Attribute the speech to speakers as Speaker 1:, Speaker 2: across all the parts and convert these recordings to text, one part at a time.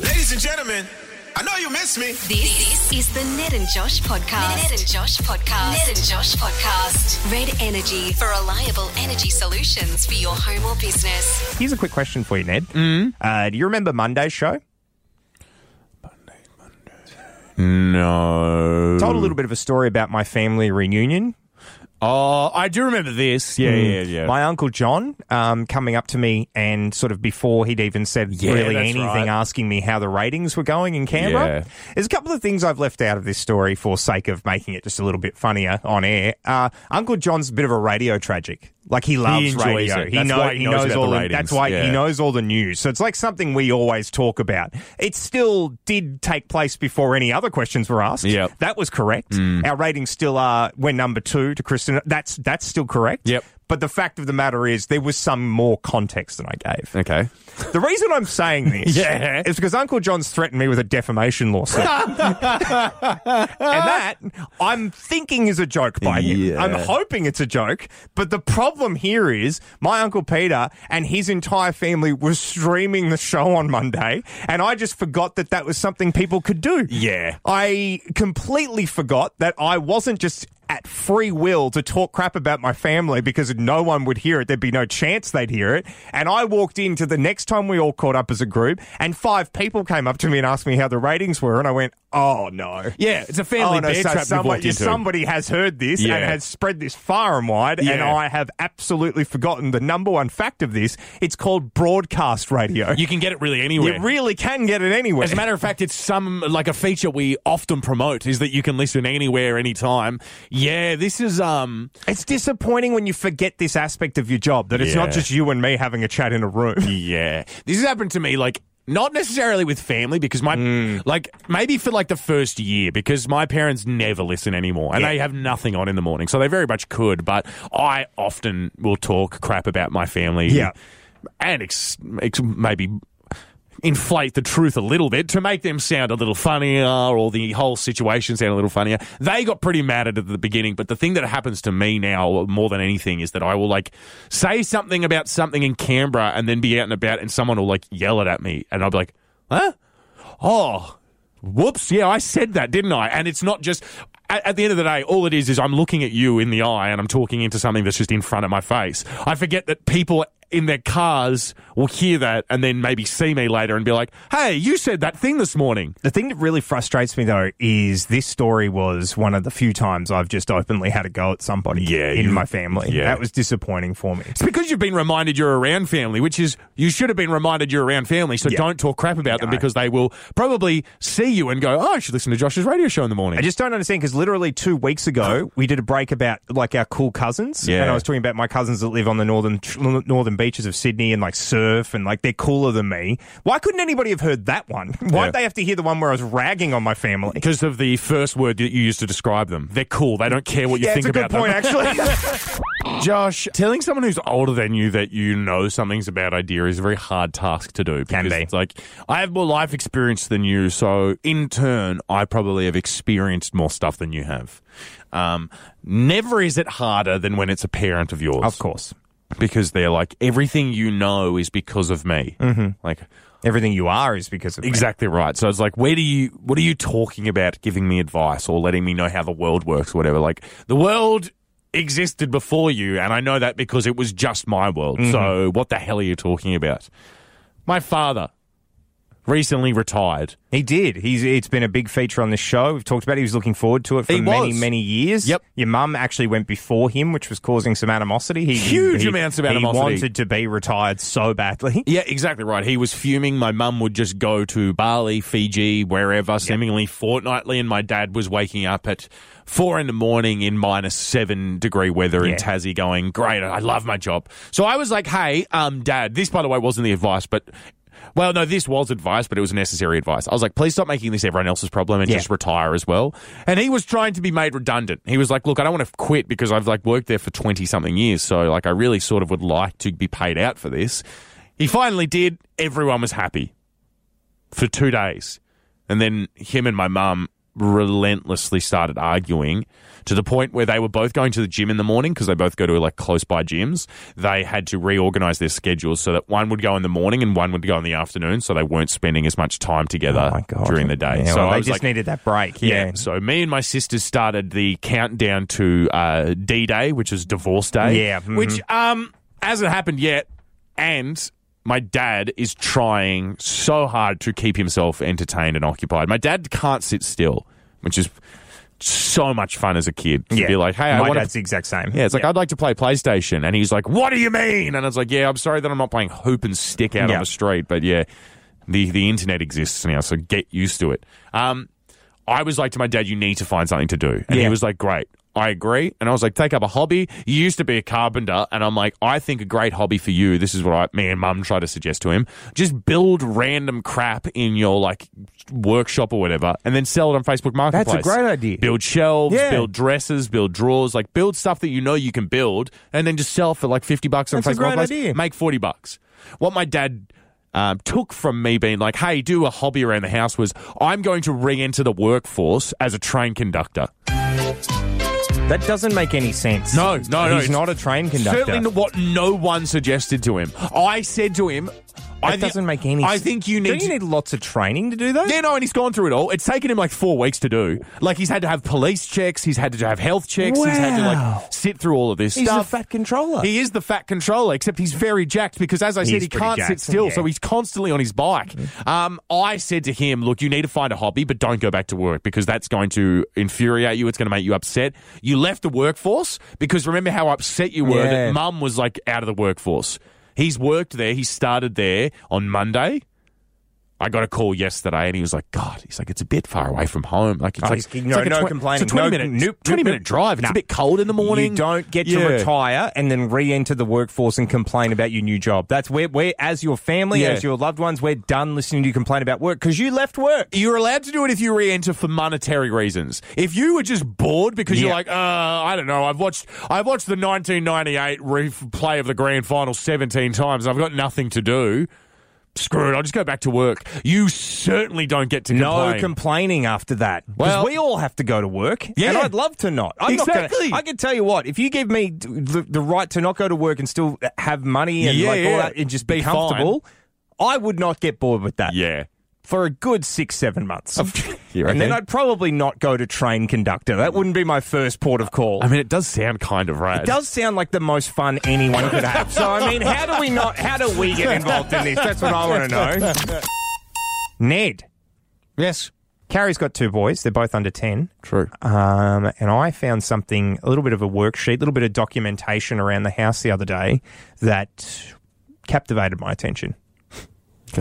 Speaker 1: Ladies and gentlemen, I know you miss me.
Speaker 2: This is the Ned and Josh podcast. Ned and Josh podcast. Ned and Josh podcast. Red Energy for reliable energy solutions for your home or business.
Speaker 3: Here's a quick question for you, Ned. Uh, do you remember Monday's show?
Speaker 4: No.
Speaker 3: Told a little bit of a story about my family reunion.
Speaker 4: Oh, I do remember this. Yeah,
Speaker 3: Hmm.
Speaker 4: yeah, yeah.
Speaker 3: Mm. My uncle John um, coming up to me and sort of before he'd even said
Speaker 4: Yeah,
Speaker 3: really
Speaker 4: that's
Speaker 3: anything,
Speaker 4: right.
Speaker 3: asking me how the ratings were going in Canberra. There's a couple of things I've left out of this story for sake of making it just a little bit funnier on air. Uh, uncle John's a bit of a radio tragic. Like he loves
Speaker 4: enjoys
Speaker 3: radio.
Speaker 4: it. That's why he knows about
Speaker 3: all
Speaker 4: the
Speaker 3: the, that's
Speaker 4: ratings.
Speaker 3: why he
Speaker 4: Yeah.
Speaker 3: knows all the news. So it's like something we always talk about. It still did take place before any other questions were asked.
Speaker 4: Yep. Mm.
Speaker 3: That was correct. Our ratings still are we're number two to Kristen. That's that's still correct.
Speaker 4: Yep.
Speaker 3: But the fact of the matter is, there was some more context than I gave.
Speaker 4: okay.
Speaker 3: The reason I'm saying this
Speaker 4: Yeah.
Speaker 3: is because Uncle John's threatened me with a defamation lawsuit. and that I'm thinking is a joke by him.
Speaker 4: Yeah.
Speaker 3: I'm hoping it's a joke. But the problem here is my Uncle Peter and his entire family were streaming the show on Monday. And I just forgot that that was something people could do.
Speaker 4: Yeah.
Speaker 3: I completely forgot that I wasn't just at free will to talk crap about my family because no one would hear it. There'd be no chance they'd hear it. And I walked into the next time we all caught up as a group, and five people came up to me and asked me how the ratings were. And I went, oh no.
Speaker 4: Yeah, it's a family
Speaker 3: Oh, no,
Speaker 4: bear
Speaker 3: so
Speaker 4: trap you've walked
Speaker 3: somebody,
Speaker 4: into.
Speaker 3: somebody has heard this
Speaker 4: Yeah.
Speaker 3: and has spread this far and wide, and
Speaker 4: Yeah.
Speaker 3: I have absolutely forgotten the number one fact of this. It's called broadcast radio.
Speaker 4: You can get it really anywhere.
Speaker 3: You really can get it anywhere.
Speaker 4: As a matter of fact, it's some like a feature we often promote is that you can listen anywhere, anytime. Yeah, this is um.
Speaker 3: It's disappointing when you forget this aspect of your job that it's not
Speaker 4: Yeah.
Speaker 3: just you and me having a chat in a room.
Speaker 4: Yeah. This has happened to me like not necessarily with family because my
Speaker 3: Mm.
Speaker 4: like maybe for like the first year because my parents never listen anymore and
Speaker 3: Yeah.
Speaker 4: they have nothing on in the morning so they very much could but I often will talk crap about my family
Speaker 3: Yeah.
Speaker 4: and ex- ex- maybe inflate the truth a little bit to make them sound a little funnier or the whole situation sound a little funnier. They got pretty mad at it at the beginning, but the thing that happens to me now more than anything is that I will like say something about something in Canberra and then be out and about and someone will like yell it at me and I'll be like, huh? Oh, whoops. Yeah, I said that, didn't I? And it's not just. At at the end of the day, all it is is I'm looking at you in the eye and I'm talking into something that's just in front of my face. I forget that people in their cars will hear that and then maybe see me later and be like, hey, you said that thing this morning.
Speaker 3: The thing that really frustrates me though is this story was one of the few times I've just openly had a go at somebody
Speaker 4: Yeah,
Speaker 3: in
Speaker 4: you-
Speaker 3: my family.
Speaker 4: yeah.
Speaker 3: That was disappointing for me.
Speaker 4: It's because you've been reminded you're around family, which is you should have been reminded you're around family. So
Speaker 3: Yeah.
Speaker 4: don't talk crap about them
Speaker 3: No.
Speaker 4: because they will probably see you and go, oh, I should listen to Josh's radio show in the morning.
Speaker 3: I just don't understand because literally two weeks ago we did a break about like our cool cousins,
Speaker 4: Yeah.
Speaker 3: and I was talking about my cousins that live on the northern tr- northern beaches of Sydney and like surf and like they're cooler than me. Why couldn't anybody have heard that one? Why'd
Speaker 4: Yeah.
Speaker 3: they have to hear the one where I was ragging on my family?
Speaker 4: because of the first word that you used to describe them. They're cool. They don't care what you
Speaker 3: yeah,
Speaker 4: think
Speaker 3: it's a good
Speaker 4: about them.
Speaker 3: point actually.
Speaker 4: Josh, telling someone who's older than you that you know something's a bad idea is a very hard task to do. Because
Speaker 3: Can be.
Speaker 4: It's like, I have more life experience than you, so in turn, I probably have experienced more stuff than you have. Um, never is it harder than when it's a parent of yours.
Speaker 3: Of course.
Speaker 4: Because they're like, everything you know is because of me. Mm-hmm. Like,
Speaker 3: Everything you are is because of me.
Speaker 4: Exactly right. So it's like, where do you, what are you talking about giving me advice or letting me know how the world works or whatever? Like, the world existed before you, and I know that because it was just my world. So what the hell are you talking about? My father recently retired.
Speaker 3: He did. He's it's been a big feature on the show. We've talked about it. He was looking forward to it for
Speaker 4: He
Speaker 3: many,
Speaker 4: was.
Speaker 3: many years.
Speaker 4: Yep.
Speaker 3: Your mum actually went before him, which was causing some animosity. He,
Speaker 4: Huge amounts of animosity.
Speaker 3: He wanted to be retired so badly.
Speaker 4: Yeah, exactly right. He was fuming. My mum would just go to Bali, Fiji, wherever, seemingly fortnightly, and my dad was waking up at four in the morning in minus seven degree weather
Speaker 3: Yeah.
Speaker 4: in Tassie, going, "Great, I love my job." So I was like, "Hey, um, Dad, this by the way wasn't the advice, but." Well, no, this was advice, but it was necessary advice. I was like, please stop making this everyone else's problem and
Speaker 3: Yeah.
Speaker 4: just retire as well. And he was trying to be made redundant. He was like, look, I don't want to quit because I've like worked there for 20 something years. So like, I really sort of would like to be paid out for this. He finally did. Everyone was happy for two days. And then him and my mum relentlessly started arguing to the point where they were both going to the gym in the morning because they both go to like close by gyms. They had to reorganize their schedules so that one would go in the morning and one would go in the afternoon, so they weren't spending as much time together during the day.
Speaker 3: Oh Yeah,
Speaker 4: so
Speaker 3: well,
Speaker 4: I
Speaker 3: they
Speaker 4: was
Speaker 3: just
Speaker 4: like,
Speaker 3: needed that break.
Speaker 4: yeah.
Speaker 3: Yeah.
Speaker 4: So me and my sisters started the countdown to uh, D Day, which is divorce day.
Speaker 3: Yeah, mhm.
Speaker 4: Which um hasn't happened yet, and. My dad is trying so hard to keep himself entertained and occupied. My dad can't sit still, which is so much fun as a kid. To
Speaker 3: yeah.
Speaker 4: be like, hey, I
Speaker 3: my
Speaker 4: want
Speaker 3: dad's the exact same.
Speaker 4: yeah, it's like
Speaker 3: yeah.
Speaker 4: I'd like to play PlayStation, and he's like, "What do you mean?" And it's like, "Yeah, I'm sorry that I'm not playing hoop and stick out on
Speaker 3: Yeah.
Speaker 4: the street, but yeah, the the internet exists now, so get used to it." Um, I was like to my dad, "You need to find something to do," and he
Speaker 3: Yeah.
Speaker 4: was like, "Great." I agree. And I was like, take up a hobby. You used to be a carpenter. And I'm like, I think a great hobby for you, this is what I, me and mum try to suggest to him. Just build random crap in your like workshop or whatever and then sell it on Facebook Marketplace.
Speaker 3: great idea.
Speaker 4: Build shelves,
Speaker 3: Yeah.
Speaker 4: build dresses, build drawers, like build stuff that you know you can build, and then just sell for like fifty bucks on
Speaker 3: That's a
Speaker 4: Facebook
Speaker 3: great
Speaker 4: Marketplace.
Speaker 3: idea.
Speaker 4: Make forty bucks. What my dad um, took from me being like, "Hey, do a hobby around the house," was I'm going to re-enter the workforce as a train conductor.
Speaker 3: That doesn't make any sense.
Speaker 4: No, no, no,
Speaker 3: He's
Speaker 4: it's-
Speaker 3: not a train conductor.
Speaker 4: Certainly, not what no one suggested to him. I said to him, "I
Speaker 3: That
Speaker 4: thi-
Speaker 3: doesn't make any
Speaker 4: I
Speaker 3: s-
Speaker 4: think you need.
Speaker 3: Don't you
Speaker 4: to-
Speaker 3: need lots of training to do those?
Speaker 4: yeah, no, and he's gone through it all. It's taken him like four weeks to do. Like he's had to have police checks, he's had to have health checks, he's had to
Speaker 3: Wow.
Speaker 4: like sit through all of this
Speaker 3: He's
Speaker 4: stuff.
Speaker 3: a fat controller.
Speaker 4: He is the fat controller, except he's very jacked because, as I said,
Speaker 3: He's
Speaker 4: he
Speaker 3: pretty
Speaker 4: can't sit
Speaker 3: jacked,
Speaker 4: still,
Speaker 3: yeah. Mm-hmm.
Speaker 4: so he's constantly on his bike. Um, I said to him, "Look, you need to find a hobby, but don't go back to work because that's going to infuriate you. It's going to make you upset. You left the workforce because remember how upset you were that
Speaker 3: Yeah.
Speaker 4: Mum was like out of the workforce. He's worked there. He started there on Monday." I got a call yesterday, and he was like, "God, he's like, it's a bit far away from home. Like, it's
Speaker 3: Oh,
Speaker 4: like,
Speaker 3: he's-
Speaker 4: it's
Speaker 3: no-
Speaker 4: like a
Speaker 3: no
Speaker 4: twen-
Speaker 3: complaining.
Speaker 4: It's a
Speaker 3: No-
Speaker 4: twenty minute,
Speaker 3: nope,
Speaker 4: twenty
Speaker 3: nope,
Speaker 4: minute
Speaker 3: nope.
Speaker 4: drive. It's
Speaker 3: Nah.
Speaker 4: a bit cold in the morning.
Speaker 3: You don't get
Speaker 4: Yeah.
Speaker 3: to retire and then re-enter the workforce and complain about your new job. That's where, where as your family,
Speaker 4: Yeah.
Speaker 3: as your loved ones, we're done listening to you complain about work because you left work.
Speaker 4: You're allowed to do it if you re-enter for monetary reasons. If you were just bored because you're
Speaker 3: Yeah.
Speaker 4: like, uh, I don't know, I've watched I've watched the 1998 replay of the grand final 17 times. I've got nothing to do. Screw it, I'll just go back to work. You certainly don't get to complain.
Speaker 3: No complaining after that. Because
Speaker 4: Well-
Speaker 3: we all have to go to work.
Speaker 4: Yeah.
Speaker 3: And I'd love to not. I'm not gonna-
Speaker 4: Exactly.
Speaker 3: I can tell you what, if you give me d- the, the right to not go to work and still uh, have money and
Speaker 4: Yeah,
Speaker 3: like
Speaker 4: yeah.
Speaker 3: all that and just be,
Speaker 4: Be fine.
Speaker 3: comfortable, I would not get bored with that.
Speaker 4: yeah.
Speaker 3: For a good six, seven months.
Speaker 4: You
Speaker 3: and
Speaker 4: reckon?
Speaker 3: then I'd probably not go to train conductor. That wouldn't be my first port of call.
Speaker 4: I mean, it does sound kind of rad.
Speaker 3: It does sound like the most fun anyone could have. So I mean, how do we not? How do we get involved in this? That's what I want to know. Ned,
Speaker 4: Yes.
Speaker 3: Carrie's got two boys. They're both under ten.
Speaker 4: True.
Speaker 3: Um, and I found something, a little bit of a worksheet, a little bit of documentation around the house the other day that captivated my attention.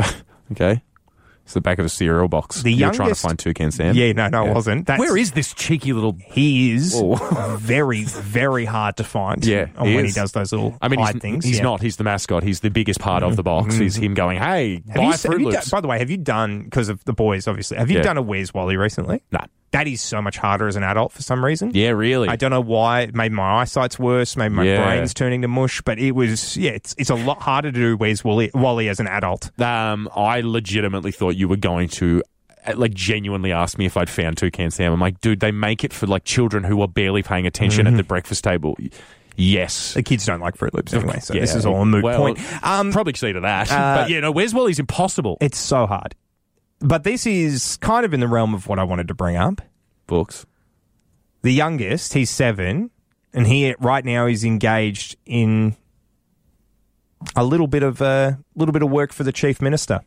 Speaker 4: okay. It's the back of a cereal box.
Speaker 3: The
Speaker 4: you were trying to
Speaker 3: youngest-
Speaker 4: find toucan Sam.
Speaker 3: Yeah, no, no, it wasn't. That's,
Speaker 4: Where is this cheeky little
Speaker 3: he? Is
Speaker 4: Whoa.
Speaker 3: very, very hard to find.
Speaker 4: Oh. Yeah,
Speaker 3: on
Speaker 4: he
Speaker 3: when
Speaker 4: is.
Speaker 3: he does those little
Speaker 4: I mean,
Speaker 3: hide
Speaker 4: he's,
Speaker 3: things.
Speaker 4: he's
Speaker 3: yeah. Mm-hmm.
Speaker 4: not. He's the mascot. He's the biggest part of the box. Is him going, hey,
Speaker 3: Have
Speaker 4: buy
Speaker 3: you,
Speaker 4: Fruit
Speaker 3: have you done,
Speaker 4: Loops.
Speaker 3: by the way, have you done because of the boys? Obviously, have you
Speaker 4: Yeah.
Speaker 3: done a Where's Wally recently?
Speaker 4: No.
Speaker 3: That is so much harder as an adult for some reason.
Speaker 4: Yeah, really.
Speaker 3: I don't know why. Maybe my eyesight's worse. Maybe my
Speaker 4: Yeah.
Speaker 3: brain's turning to mush. But it was yeah. It's it's a lot harder to do Where's Wally, Wally as an adult.
Speaker 4: um, I legitimately thought you were going to. uh, Like genuinely ask me if I'd found Toucan Sam. I'm like, dude, they make it for like children who are barely paying attention
Speaker 3: Mm-hmm.
Speaker 4: at the breakfast table. Y- Yes,
Speaker 3: The kids don't like Fruit Loops anyway, so this
Speaker 4: Yeah.
Speaker 3: is all a moot
Speaker 4: Well,
Speaker 3: point. uh, eh,
Speaker 4: Um, probably see to that. but you know, where's Wally's impossible
Speaker 3: It's so hard. But this is kind of in the realm of what I wanted to bring up.
Speaker 4: books.
Speaker 3: The youngest, he's seven, and he right now is engaged in a little bit of a little bit of work for the chief minister.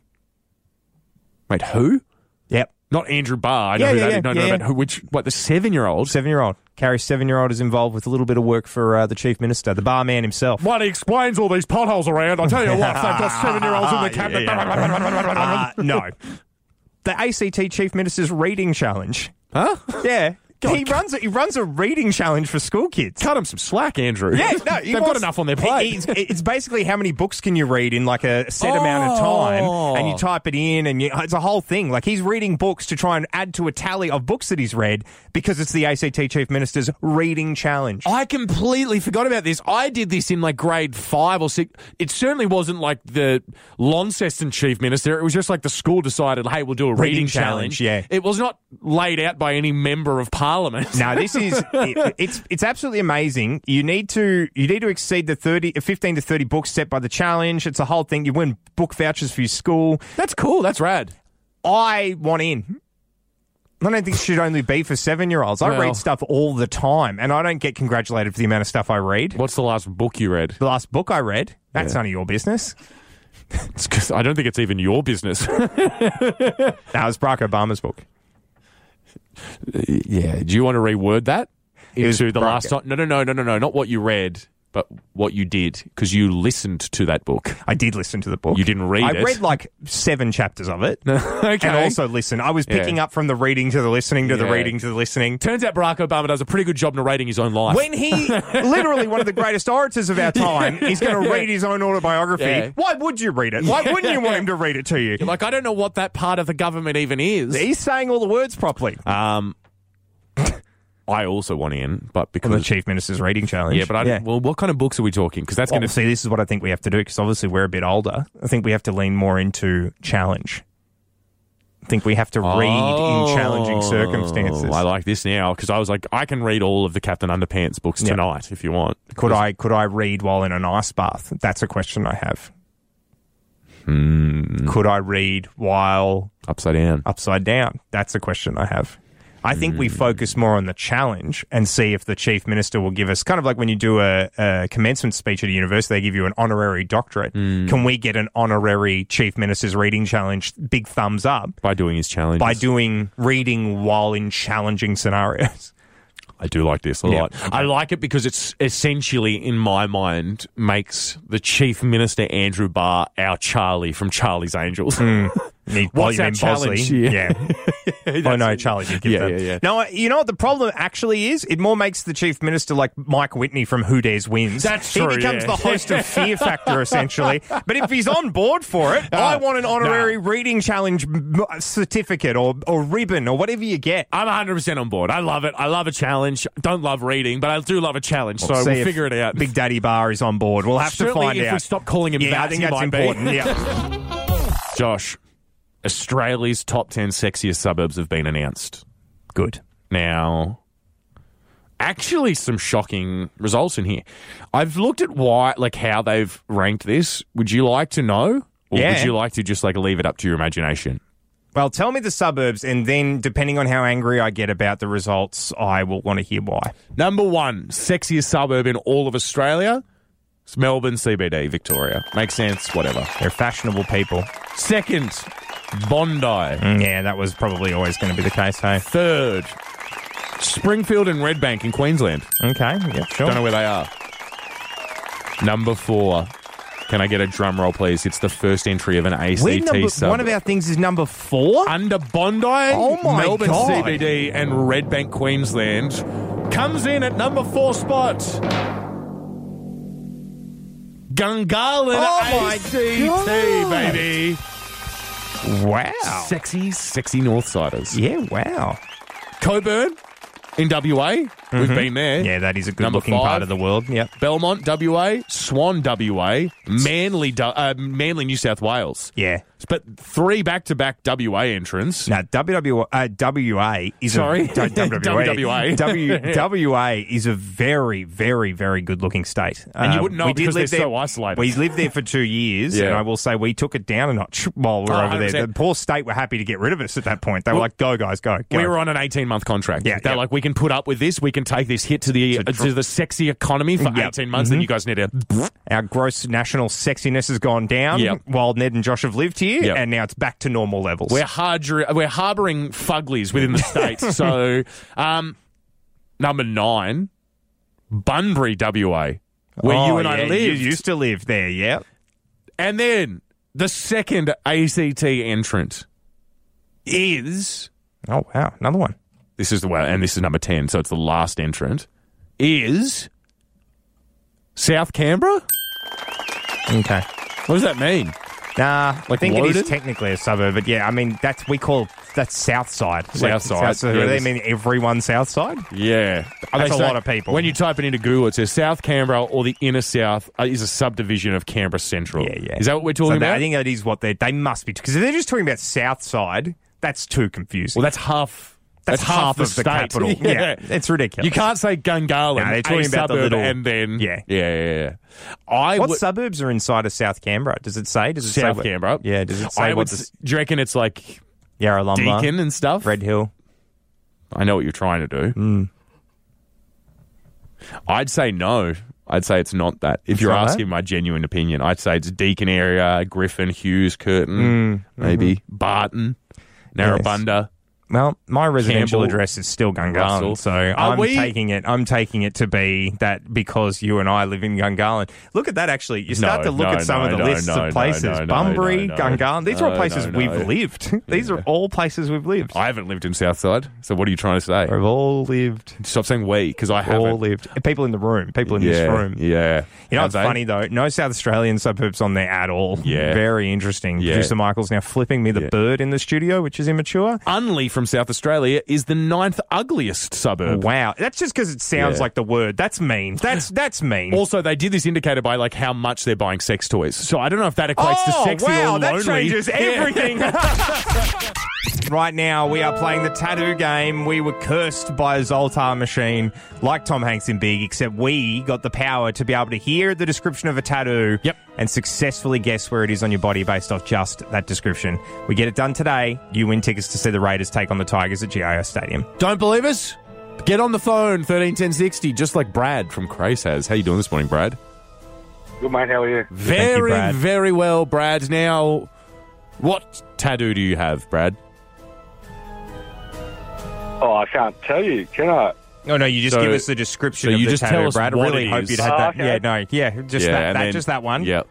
Speaker 4: Wait, who?
Speaker 3: Yep.
Speaker 4: Not Andrew Barr. I know
Speaker 3: Yeah,
Speaker 4: who
Speaker 3: yeah,
Speaker 4: that is.
Speaker 3: yeah,
Speaker 4: No,
Speaker 3: yeah,
Speaker 4: no,
Speaker 3: yeah.
Speaker 4: but who? Which? What? The seven-year-old.
Speaker 3: Seven year old. Carrie's seven year old is involved with a little bit of work for uh, the chief minister, the barman himself.
Speaker 4: What he explains all these potholes around. I tell you what, they've got seven-year-olds in the
Speaker 3: Yeah,
Speaker 4: cabinet.
Speaker 3: Uh, no. The ACT chief minister's reading challenge.
Speaker 4: Huh?
Speaker 3: Yeah. he runs a, he runs a reading challenge for school kids.
Speaker 4: Cut them some slack, Andrew.
Speaker 3: Yeah, no, he
Speaker 4: they've got
Speaker 3: wants-
Speaker 4: enough on their plate.
Speaker 3: It's, it's basically how many books can you read in like a set amount of
Speaker 4: Oh.
Speaker 3: time, and you type it in, and you, it's a whole thing. Like he's reading books to try and add to a tally of books that he's read because it's the ACT Chief Minister's reading challenge.
Speaker 4: I completely forgot about this. I did this in like grade five or six. It certainly wasn't like the Launceston chief minister. It was just like the school decided, hey, we'll do a reading,
Speaker 3: Reading challenge, yeah.
Speaker 4: It was not laid out by any member of parliament.
Speaker 3: No, this is it, it's it's absolutely amazing. You need to you need to exceed the 30, 15 to thirty books set by the challenge. It's a whole thing. You win book vouchers for your school.
Speaker 4: That's cool. That's rad.
Speaker 3: I want in. I don't think it should only be for seven year olds. I
Speaker 4: Well-
Speaker 3: read stuff all the time, and I don't get congratulated for the amount of stuff I read.
Speaker 4: What's the last book you read?
Speaker 3: The last book I read. That's none of your business.
Speaker 4: It's 'cause I don't think it's even your business.
Speaker 3: That was Barack Obama's book.
Speaker 4: yeah. Do you want to reword that
Speaker 3: It was
Speaker 4: into the
Speaker 3: Barack-
Speaker 4: last time? No, no, no, no, no, no. Not what you read, but what you did because you listened to that book.
Speaker 3: I did listen to the book.
Speaker 4: You didn't read
Speaker 3: I
Speaker 4: it.
Speaker 3: read like seven chapters of it.
Speaker 4: okay.
Speaker 3: And also listen. I was
Speaker 4: Yeah.
Speaker 3: picking up from the reading to the listening to the
Speaker 4: Yeah.
Speaker 3: reading to the listening.
Speaker 4: Turns out Barack Obama does a pretty good job narrating his own life.
Speaker 3: When he, literally one of the greatest orators of our time, is going to read his own autobiography,
Speaker 4: Yeah.
Speaker 3: why would you read it? Why wouldn't you want him to read it to you?
Speaker 4: like, I don't know what that part of the government even is.
Speaker 3: He's saying all the words properly.
Speaker 4: Um, I also want in, but because
Speaker 3: the Chief Minister's Reading Challenge.
Speaker 4: yeah, but I well, what kind of books are we talking? Because that's
Speaker 3: Well,
Speaker 4: going to
Speaker 3: see, this is what I think we have to do because obviously we're a bit older. I think we have to lean more into challenge. I think we have to read in challenging circumstances.
Speaker 4: Oh, I like this now because I was like, I can read all of the Captain Underpants books
Speaker 3: Yeah.
Speaker 4: tonight if you want.
Speaker 3: could I could I read while in an ice bath? That's a question I have.
Speaker 4: Hmm.
Speaker 3: Could I read while
Speaker 4: Upside down.
Speaker 3: upside down? That's a question I have. I think we focus more on the challenge and see if the chief minister will give us kind of like when you do a, a commencement speech at a university, they give you an honorary doctorate. Can we get an honorary chief minister's reading challenge? Big thumbs up
Speaker 4: By doing his challenge,
Speaker 3: by doing reading while in challenging scenarios.
Speaker 4: I do like this a
Speaker 3: Yeah,
Speaker 4: lot. I like it because it's essentially, in my mind, makes the Chief Minister Andrew Barr our Charlie from Charlie's Angels.
Speaker 3: Hmm.
Speaker 4: What's our
Speaker 3: Volume Bosley.
Speaker 4: challenge here?
Speaker 3: Yeah. oh no, Charlie did give
Speaker 4: Yeah,
Speaker 3: them.
Speaker 4: yeah, yeah.
Speaker 3: No, uh, you know what the problem actually is? It more makes the chief minister like Mike Whitney from Who Dares Wins.
Speaker 4: That's
Speaker 3: He
Speaker 4: true,
Speaker 3: becomes the
Speaker 4: yeah.
Speaker 3: host of Fear Factor essentially. But if he's on board for it,
Speaker 4: Ah,
Speaker 3: I want an honorary reading challenge m- m- certificate or or ribbon or whatever you get.
Speaker 4: I'm 100% on board. I love it. I love a challenge. Don't love reading, but I do love a challenge, so
Speaker 3: See
Speaker 4: we'll
Speaker 3: if
Speaker 4: figure it out.
Speaker 3: Big Daddy Bar is on board. We'll have
Speaker 4: Certainly
Speaker 3: to find
Speaker 4: if
Speaker 3: out.
Speaker 4: we stop calling him
Speaker 3: yeah,
Speaker 4: that,
Speaker 3: I think
Speaker 4: he
Speaker 3: that's
Speaker 4: might be.
Speaker 3: important. Yeah.
Speaker 4: Josh, Australia's top 10 sexiest suburbs have been announced.
Speaker 3: Good.
Speaker 4: Now, actually, some shocking results in here. I've looked at why, like how they've ranked this. Would you like to know, or would
Speaker 3: Yeah.
Speaker 4: you like to just like leave it up to your imagination?
Speaker 3: Well, tell me the suburbs, and then depending on how angry I get about the results, I will want to hear why.
Speaker 4: Number one, sexiest suburb in all of Australia. It's Melbourne CBD, Victoria. Makes sense, whatever.
Speaker 3: They're fashionable people. Mm,
Speaker 4: Second, Bondi.
Speaker 3: Yeah, that was probably always going to be the case, hey?
Speaker 4: Third, Springfield and Redbank in Queensland.
Speaker 3: Okay, yeah, sure.
Speaker 4: Don't know where they are. Number four. Can I get a drum roll, please? It's the first entry of an ACT
Speaker 3: We're number,
Speaker 4: sub.
Speaker 3: one of our things is number four?
Speaker 4: Under Bondi,
Speaker 3: Oh my
Speaker 4: Melbourne
Speaker 3: God.
Speaker 4: CBD and Redbank, Queensland, comes in at number four spot. Gungahlin
Speaker 3: Oh my
Speaker 4: ACT,
Speaker 3: God.
Speaker 4: baby. Ah,
Speaker 3: wow.
Speaker 4: Sexy, sexy Northsiders.
Speaker 3: Yeah, wow.
Speaker 4: Coburn in WA. We've been there.
Speaker 3: Mm-hmm. Yeah, that is a good
Speaker 4: Number
Speaker 3: looking
Speaker 4: five.
Speaker 3: part of the world. Yep.
Speaker 4: Belmont, WA, Swan, WA, Manly, Du- uh, Manly, New South Wales.
Speaker 3: Yeah.
Speaker 4: But three back-to-back WA entrants.
Speaker 3: Now, WW, uh, WA is
Speaker 4: Sorry?
Speaker 3: a, d- WWA.
Speaker 4: WWA.
Speaker 3: W- WA is a very, very, very good looking state. Um,
Speaker 4: And you wouldn't know
Speaker 3: we did
Speaker 4: because
Speaker 3: live
Speaker 4: they're
Speaker 3: there-
Speaker 4: so isolated.
Speaker 3: We lived there for two years,
Speaker 4: Yeah.
Speaker 3: and I will say we took it down a notch while we were
Speaker 4: Oh,
Speaker 3: over there.
Speaker 4: 100%.
Speaker 3: The poor state were happy to get rid of us at that point. They were like, "Go, guys, go." go.
Speaker 4: We were on an 18-month contract.
Speaker 3: Yeah,
Speaker 4: They're
Speaker 3: yeah.
Speaker 4: like, we can put up with this. We can take this hit to the
Speaker 3: To
Speaker 4: uh,
Speaker 3: dr- Mm-hmm.
Speaker 4: to the sexy economy for
Speaker 3: Yeah.
Speaker 4: 18 months. Then you guys need to...
Speaker 3: Our gross national sexiness has gone down
Speaker 4: Yep.
Speaker 3: while Ned and Josh have lived here,
Speaker 4: Yep.
Speaker 3: and now it's back to normal levels.
Speaker 4: We're, harbor- we're harbouring fuglies within the state. so, um, number nine, Bunbury, WA, where
Speaker 3: Oh,
Speaker 4: you and I
Speaker 3: yeah,
Speaker 4: lived.
Speaker 3: You used to live there, yeah.
Speaker 4: And then the second ACT entrant is
Speaker 3: Oh, wow. Another one.
Speaker 4: This is the way, and this is number 10, so it's the last entrant. Is South Canberra?
Speaker 3: Okay.
Speaker 4: What does that mean?
Speaker 3: Nah, I
Speaker 4: Like
Speaker 3: think it
Speaker 4: Woden?
Speaker 3: is technically a suburb, but yeah, I mean that's we call that's South Side.
Speaker 4: South Side,
Speaker 3: South,
Speaker 4: yeah,
Speaker 3: do they
Speaker 4: there's-
Speaker 3: mean everyone South Side?
Speaker 4: Yeah,
Speaker 3: That's
Speaker 4: They
Speaker 3: a lot of people.
Speaker 4: When you type it into Google, it says South Canberra or the Inner South uh, is a subdivision of Canberra Central. Is that what we're talking
Speaker 3: So that-
Speaker 4: about?
Speaker 3: I think that is what they they must be because if they're just talking about South Side, that's too confusing.
Speaker 4: well, that's half.
Speaker 3: That's half
Speaker 4: the
Speaker 3: of the
Speaker 4: state.
Speaker 3: capital. Yeah, it's ridiculous.
Speaker 4: You can't say Gungahlin.
Speaker 3: No, they're
Speaker 4: a
Speaker 3: talking about the
Speaker 4: suburb
Speaker 3: little-
Speaker 4: and then
Speaker 3: Yeah.
Speaker 4: yeah, yeah. yeah. I
Speaker 3: what
Speaker 4: would-
Speaker 3: suburbs are inside of South Canberra? Does it say? Does it say
Speaker 4: South
Speaker 3: what-
Speaker 4: Canberra.
Speaker 3: Yeah. Does it say
Speaker 4: I
Speaker 3: what
Speaker 4: would.
Speaker 3: the
Speaker 4: s- Do you reckon it's like
Speaker 3: Yarralumla,
Speaker 4: Deakin and stuff?
Speaker 3: Red Hill? Mm.
Speaker 4: I know what you're trying to do. I'd say no. I'd say it's not that. If you're
Speaker 3: not
Speaker 4: asking my genuine opinion, I'd say it's Deakin area, Griffin, Hughes,
Speaker 3: Mm,
Speaker 4: Curtin, maybe
Speaker 3: mm-hmm.
Speaker 4: Barton, Narrabunda.
Speaker 3: Well, my residential
Speaker 4: Campbell,
Speaker 3: address is still
Speaker 4: Russell.
Speaker 3: Gungahlin, so
Speaker 4: Are
Speaker 3: I'm
Speaker 4: we-
Speaker 3: taking it. I'm taking it to be that because you and I live in Gungahlin. Look at that. Actually, you start
Speaker 4: No,
Speaker 3: to look
Speaker 4: no,
Speaker 3: at some
Speaker 4: no,
Speaker 3: of the
Speaker 4: no,
Speaker 3: lists
Speaker 4: no, no,
Speaker 3: of places:
Speaker 4: no, no,
Speaker 3: Bunbury,
Speaker 4: no, no.
Speaker 3: Gungahlin. These are all
Speaker 4: No,
Speaker 3: places
Speaker 4: no,
Speaker 3: we've
Speaker 4: no.
Speaker 3: lived. These are all places we've lived.
Speaker 4: I haven't lived in Southside, so what are you trying to say?
Speaker 3: We've all lived.
Speaker 4: Stop saying we, because I haven't.
Speaker 3: All lived. People in the room. People in
Speaker 4: yeah,
Speaker 3: this room.
Speaker 4: Yeah.
Speaker 3: You know,
Speaker 4: Have
Speaker 3: it's
Speaker 4: they?
Speaker 3: funny though. No South Australian suburbs on there at all.
Speaker 4: Yeah.
Speaker 3: very interesting.
Speaker 4: Yeah.
Speaker 3: Producer Michael's now flipping me the
Speaker 4: Yeah.
Speaker 3: bird in the studio, which is immature.
Speaker 4: Unley from South Australia is the ninth ugliest suburb.
Speaker 3: Wow, that's just because it sounds
Speaker 4: Yeah.
Speaker 3: like the word. That's mean. That's that's mean.
Speaker 4: Also, they did this indicator by like how much they're buying sex toys. So I don't know if that equates to sexy
Speaker 3: Oh, wow,
Speaker 4: or
Speaker 3: that
Speaker 4: lonely.
Speaker 3: changes
Speaker 4: Yeah.
Speaker 3: everything. right now, we are playing the tattoo game. We were cursed by a Zoltar machine, like Tom Hanks in Big, except we got the power to be able to hear the description of a tattoo
Speaker 4: Yep.
Speaker 3: and successfully guess where it is on your body based off just that description. We get it done today. You win tickets to see the Raiders take on the Tigers at GIS Stadium.
Speaker 4: Don't believe us? Get on the phone, 131060, just like Brad from Crace has. How you doing this morning, Brad?
Speaker 5: Good mate, how are you?
Speaker 4: Very,
Speaker 3: Brad.
Speaker 4: very well, Brad. Now, what tattoo do you have, Brad?
Speaker 5: Oh, I can't tell you, can I?
Speaker 3: Oh no! You just
Speaker 4: So-
Speaker 3: give us the description.
Speaker 4: so
Speaker 3: of
Speaker 4: you
Speaker 3: the
Speaker 4: just
Speaker 3: tattoo,
Speaker 4: tell us
Speaker 3: Brad. I
Speaker 4: what
Speaker 3: really
Speaker 4: it
Speaker 3: hope
Speaker 4: is.
Speaker 3: you'd had
Speaker 5: Oh,
Speaker 3: that.
Speaker 5: okay.
Speaker 3: Yeah, no, yeah, just that,
Speaker 4: and
Speaker 3: that
Speaker 4: then-
Speaker 3: just that one.
Speaker 4: Yep.